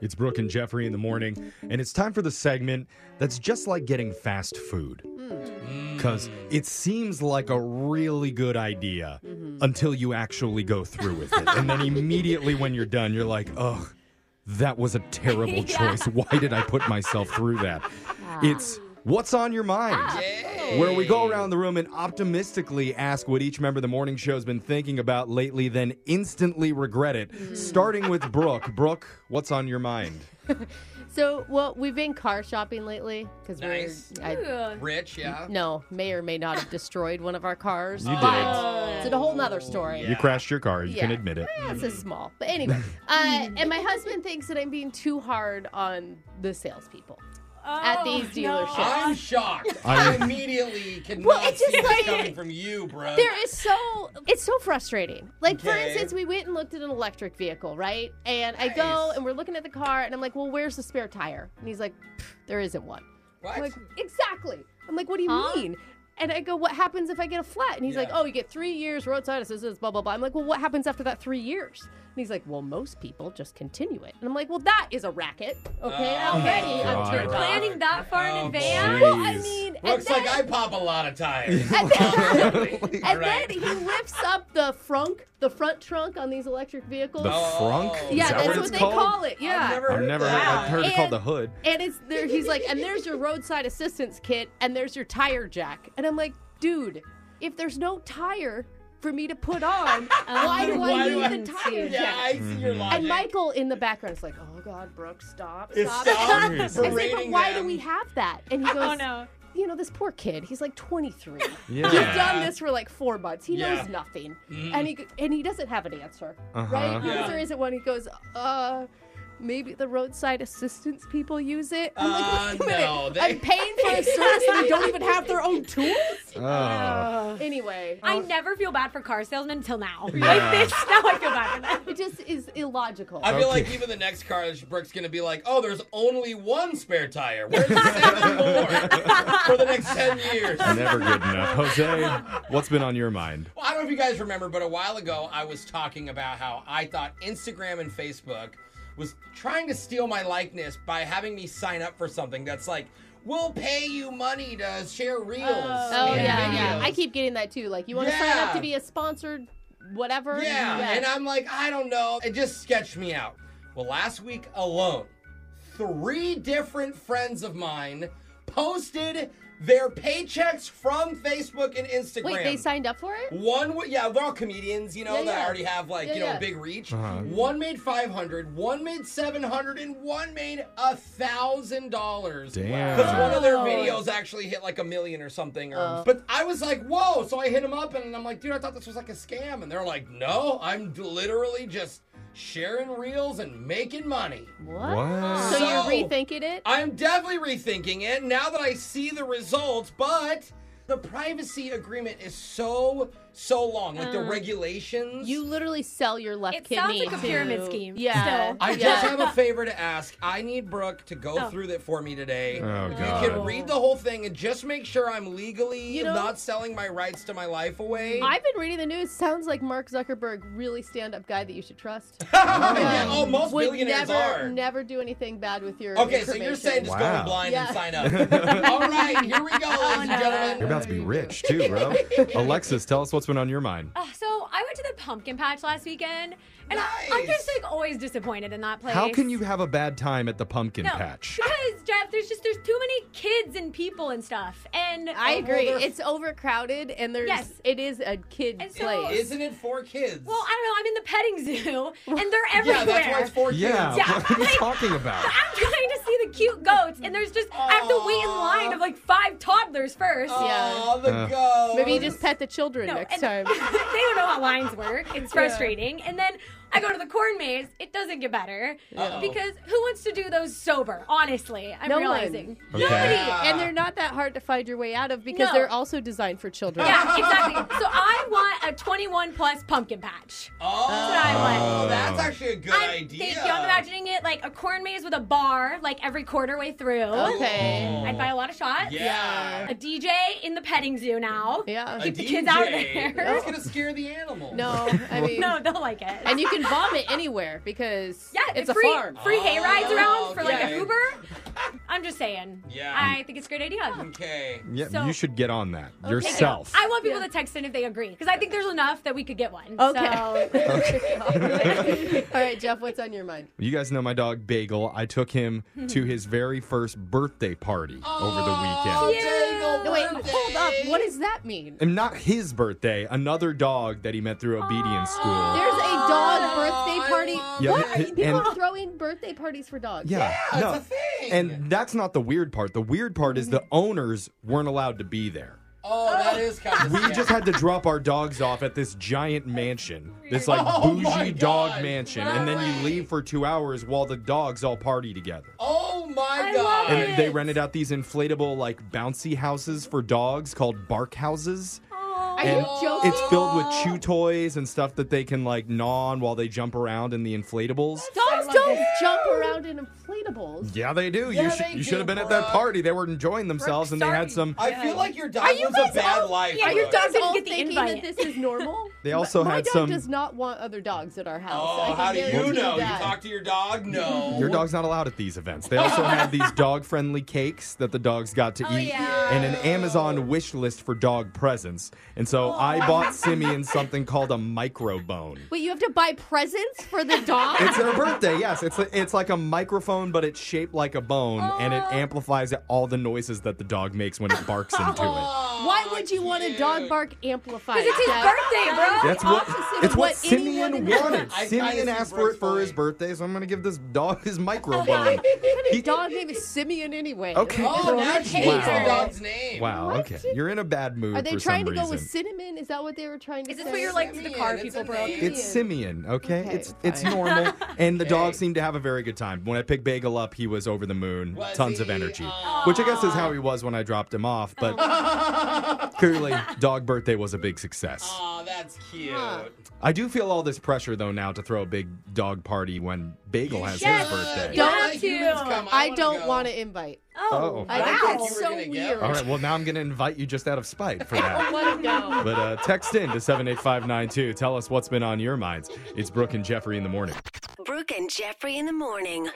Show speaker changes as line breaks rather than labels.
It's Brooke and Jeffrey in the morning, and it's time for the segment that's just like getting fast food. Because it seems like a really good idea until you actually go through with it. and then immediately when you're done, you're like, ugh, that was a terrible choice. Why did I put myself through that? It's what's on your mind?
Ah,
Where we go around the room and optimistically ask what each member of the morning show has been thinking about lately, then instantly regret it.
Hmm.
Starting with Brooke. Brooke, what's on your mind?
So, well, we've been car shopping lately because
Nice.
we're. I,
Rich, yeah.
no, may or may not have destroyed one of our cars.
You did.
But it's a whole nother story.
You crashed your car. You can
Yeah.
admit it.
That's a small. But anyway, uh, and my husband thinks that I'm being too hard on the salespeople.
Oh,
At these dealerships.
I'm shocked.
I-
I immediately cannot
Well, it's
see
just
this
like-
coming from you, bro.
There is so it's so frustrating. Like for
Okay.
instance, we went and looked at an electric vehicle, right? And I go
Nice.
and we're looking at the car, and I'm like, "Well, where's the spare tire?" And he's like, "Pff, "There isn't one."
What?
I'm like, "Exactly." I'm like, "What do you
Huh?
mean?" And I go, "What happens if I get a flat?" And he's like,
Yeah.
"Oh, you get three years roadside assistance, blah blah blah." I'm like, "Well, what happens after that three years?" And he's like, "Well, most people just continue it." And I'm like, "Well, that is a racket, okay?"
Oh,
Already, I'm
God.
turned off.
Planning that far in
Oh,
advance?
boy.
Well, I
Jeez.
mean, and
Looks like
then-
I pop a lot of tires.
and then-
Really? All
And
right.
then he lifts up the frunk, the front trunk on these electric vehicles.
The
Oh.
frunk?
yeah,
Is that
that's
what,
what,
it's
they
called?
call it. Yeah.
I've never
I've
heard
never heard,
that.
I've heard it called
And-
the hood.
and it's there. He's like, and there's your roadside assistance kit, and there's your tire jack. And I'm like, dude, if there's no tire for me to put on, why do
Why
I
do
need
I-
the tire
Yeah,
jack?
I see your logic.
And Michael in the background is like, oh God, Brooke, stop,
It's
stop.
stop
I say, but
berating
why
them.
do we have that? And he goes,
Oh no.
you know, this poor kid, he's like 23.
Yeah.
He's done this for like four months. He
Yeah. Mm-hmm.
knows nothing. And he and he doesn't have an answer.
Uh-huh.
Right? The
Yeah.
answer isn't one. He goes, uh, maybe the roadside assistance people use it. I'm like,
Uh,
wait a minute.
no, they-
I'm paying for a service and they don't even have their own tools?
Oh.
Anyway.
I never feel bad for car salesmen until now.
Yeah.
Like this, now I feel bad for them.
it just is illogical.
I
Okay.
feel like even the next car, Brooke's gonna be like, "Oh, there's only one spare tire. Where's the seven more for the next ten years?"
Never good enough. Jose, what's been on your mind?
Well, I don't know if you guys remember, but a while ago I was talking about how I thought Instagram and Facebook was trying to steal my likeness by having me sign up for something that's like, we'll pay you money to share reels.
oh,
and
yeah,
videos.
yeah. I keep getting that too. Like, you want to sign up
Yeah.
to be a sponsored whatever?
Yeah, and I'm like, I don't know. It just sketched me out. Well, last week alone, three different friends of mine posted their paychecks from Facebook and Instagram.
Wait, they signed up for it?
One, w- yeah, they're all comedians, you know,
Yeah,
that
yeah.
already have like
Yeah,
you know
yeah. Mm-hmm.
big reach.
Uh-huh.
One made five hundred, one made seven hundred, and one made a thousand dollars.
Damn.
Because one of their
Wow.
videos actually hit like a million or something. Or,
Oh.
But I was like, whoa! So I hit them up, and I'm like, dude, I thought this was like a scam, and they're like, no, I'm literally just sharing reels and making money.
What?
What?
So,
So-
you're rethinking it?
I'm definitely rethinking it now that I see the results, but the privacy agreement is so so long, like the regulations.
Uh, You literally sell your left
It sounds
kidney.
like a
to-
pyramid scheme,
Yeah.
still.
I
yeah.
just have a favor to ask. I need Brooke to go
Oh.
through that for me today.
Oh,
you
God.
can read the whole thing and just make sure I'm legally
You know-
not selling my rights to my life away.
I've been reading the news. Sounds like Mark Zuckerberg, really stand-up guy that you should trust. Um,
yeah, oh, most
Would
billionaires
never,
are.
never do anything bad with your.
okay, so you're
information.
saying just go
Wow.
in blind
Yeah. Oh,
and sign up. All right, here we go, ladies and
You're
gentlemen.
about to be rich, too, bro. Alexis, tell us what's been on your mind.
Uh, so I went to the pumpkin patch last weekend, and I,
Nice.
I'm just like always disappointed in that place.
How can you have a bad time at the pumpkin
No,
patch?
because Jeff, there's just there's too many kids and people and stuff, and
I agree.
they're-
it's overcrowded, and there's.
Yes.
It is a kid
And so-
place.
Isn't it for kids?
Well, I don't know. I'm in the petting zoo, and they're everywhere.
yeah, that's why it's for kids.
Yeah,
Yeah.
what are we talking about?
I'm trying to see the cute goats, and there's just I have to wait in line of like five toddlers first.
Aw, the
Uh,
goats.
Maybe you just pet the children next time.
and they don't know how lines work. It's frustrating. And then I go to the corn maze. It doesn't get better
Uh-oh.
because who wants to do those sober? Honestly, I'm
No one.
realizing.
Okay.
Yeah.
and they're not that hard to find your way out of because
No.
they're also designed for children.
Yeah, exactly. So I want a 21 plus pumpkin patch.
Oh,
what I want.
oh, that's actually a good
I'm,
idea.
Thank you. I'm imagining it like a corn maze with a bar, like every quarter way through.
Okay.
I'd buy a lot of shots.
Yeah.
A DJ in the petting zoo now.
Yeah.
A
Keep the kids out of
DJ.
there.
That's gonna scare the animal.
No, I mean.
No, they'll like it.
And you can can vomit anywhere because
Yeah,
it's a
free,
farm.
Free hay rides around for like
okay.
a Uber. I'm just saying.
Oh, Yeah.
I think it's a great idea.
Okay.
Yeah,
So-
you should get on that yourself.
I want people
Yeah.
to text in if they agree because I think there's enough that we could get one.
Okay.
So,
All right, Jeff, what's on your mind?
You guys know my dog Bagel. I took him to his very first birthday party over the
Oh,
weekend.
No, wait, hold up. What does that mean?
And not his birthday, another dog that he met through obedience school.
There's a dog birthday
I
party.
love
Yeah,
what?
it- it-
People
and-
throw in birthday parties for dogs.
Yeah,
Yeah,
no.
it's a thing.
And that's not the weird part. The weird part is the owners weren't allowed to be there.
oh, that is kind of.
We just had to drop our dogs off at this giant mansion, this like
Oh my
bougie dog
God.
mansion,
No
and then you
way.
leave for two hours while the dogs all party together.
Oh my
I
god.
love
And they rented out these inflatable like bouncy houses for dogs called bark houses.
Oh
Are
And
you joking?
It's filled with chew toys and stuff that they can like gnaw on while they jump around in the inflatables.
Dogs don't jump around in inflatables.
Yeah, they do.
Yeah,
you should
they
you
do,
should have been at that
Brooke.
party. They were enjoying themselves and they had
sorry.
some
I feel like your dog
you
lives a
guys
bad
all-
life.
yeah, your
Brooke.
dog-
Dogs all
get the
thinking
invite.
that this is normal.
They also
my, my
had
dog
some-
does not want other dogs at our house. I
Oh,
can
how do you
guarantee
know? You
that.
talk to your dog? No.
Your dog's not allowed at these events. They also had these dog friendly cakes that the dogs got to eat
yeah.
and an Amazon wish list for dog presents. And so I bought Simeon something called a microbone.
Wait, you have to buy presents for the dog?
It's their birthday, yes. It's it's like a microphone, but it's shaped like a bone, and it amplifies all the noises that the dog makes when it barks into it.
Why would you want a dog bark amplified?
Because it's his
Jeff?
birthday, bro.
That's what
opposite of
it's what,
what anyone
Simeon
in-
wanted.
I
Simeon
kinda see
asked for it
Brooke's
for his
point.
birthday, so I'm gonna give this dog his microbone.
His dog name is Simeon anyway.
Okay.
Oh, now change
Wow.
your dog's name.
Wow, okay. You're in a bad mood.
Are they
for
trying to
some
go with
reason.
cinnamon? Is that what they were trying to
Is this
say?
what you're like to the
Simeon,
car
it's
people,
a
bro?
name.
It's Simeon, okay?
Okay,
it's it's
fine.
normal. and the dog
Okay.
seemed to have a very good time. When I picked Bagel up, he was over the moon,
Was
tons of
he? uh,
energy.
Oh,
Aw. Oh.
Which I guess is how he was when I dropped him off, but clearly dog birthday was a big success.
Oh, that's cute.
I do feel all this pressure though now to throw a big dog party when Bagel has
Yes.
his birthday.
Don't
Yeah,
have
you
to.
can come.
I
wanna
don't
go.
want to invite.
Oh.
Oh,
I
Wow.
think
You
that's
were
so
gonna get
weird.
All right, well now I'm going to invite you just out of spite for that.
Let go.
But uh, text in to 78592. Tell us what's been on your minds. It's Brooke and Jeffrey in the morning.
Brooke and Jeffrey in the morning.